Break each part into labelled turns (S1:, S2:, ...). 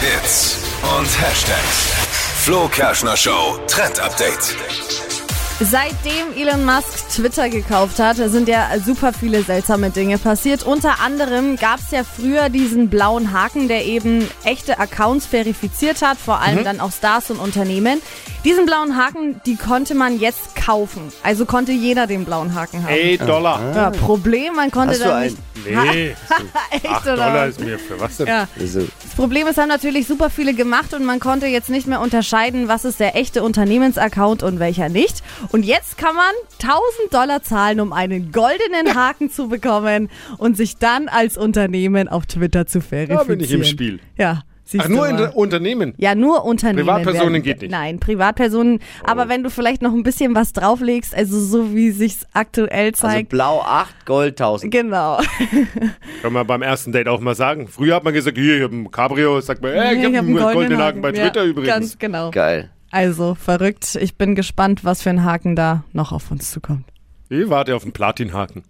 S1: Hits und Hashtags. Flo Kerschner Show Trend Update.
S2: Seitdem Elon Musk Twitter gekauft hat, sind ja super viele seltsame Dinge passiert. Unter anderem gab es ja früher diesen blauen Haken, der eben echte Accounts verifiziert hat, vor allem dann auch Stars und Unternehmen. Diesen blauen Haken, die konnte man jetzt kaufen. Also konnte jeder den blauen Haken haben.
S3: Ey, Dollar.
S2: Ja, Problem, man konnte
S4: Hast du
S2: dann nicht.
S4: einen?
S3: Nee,
S2: Echt,
S3: 8
S2: oder?
S3: Dollar ist mir für was denn?
S2: ja.
S4: Also,
S2: Das Problem ist, haben natürlich super viele gemacht und man konnte jetzt nicht mehr unterscheiden, was ist der echte Unternehmensaccount und welcher nicht. Und jetzt kann man 1000 Dollar zahlen, um einen goldenen Haken zu bekommen und sich dann als Unternehmen auf Twitter zu verifizieren.
S3: Da bin ich im Spiel.
S2: Ja, siehst
S3: Ach, nur
S2: du
S3: in
S2: mal.
S3: Unternehmen.
S2: ja, nur Unternehmen.
S3: Privatpersonen
S2: werden-
S3: geht nicht. Oh.
S2: Nein, Privatpersonen. Aber wenn du vielleicht noch ein bisschen was drauflegst, also so wie sich's aktuell
S4: also
S2: zeigt.
S4: blau 8, Gold 1000.
S2: genau.
S3: Können wir beim ersten Date auch mal sagen. Früher hat man gesagt, hier, ich hab ein Cabrio. Sagt man, ey, ich, hab
S2: hab
S3: einen goldenen Haken bei
S2: Ja,
S3: Twitter übrigens.
S2: Ganz genau.
S4: Geil.
S2: Also verrückt. Ich bin gespannt, was für ein Haken da noch auf uns zukommt.
S3: Ich warte auf den Platinhaken.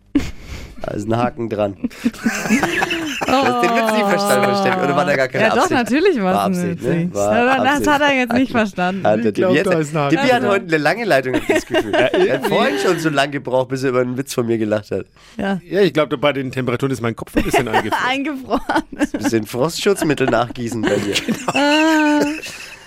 S4: Da ist ein Haken dran. das ist den Witz nicht verstanden, Steffi. Oder war da gar keine
S2: ja,
S4: Absicht?
S2: doch, natürlich
S4: War
S2: war es
S4: Absicht, ne? War
S2: Das
S4: Absicht.
S2: hat er jetzt nicht verstanden.
S4: Hat der
S3: Ich glaub,
S4: Tippi jetzt,
S3: da ist ein Haken
S4: Tippi hat heute eine lange Leitung, hab ich das Gefühl. er hat vorhin schon so lange gebraucht, bis er über einen Witz von mir gelacht hat.
S2: Ja.
S3: Ja, ich glaube, bei den Temperaturen ist mein Kopf ein bisschen eingefroren.
S2: Eingefroren. Ah.
S4: Bisschen Frostschutzmittel nachgießen bei dir.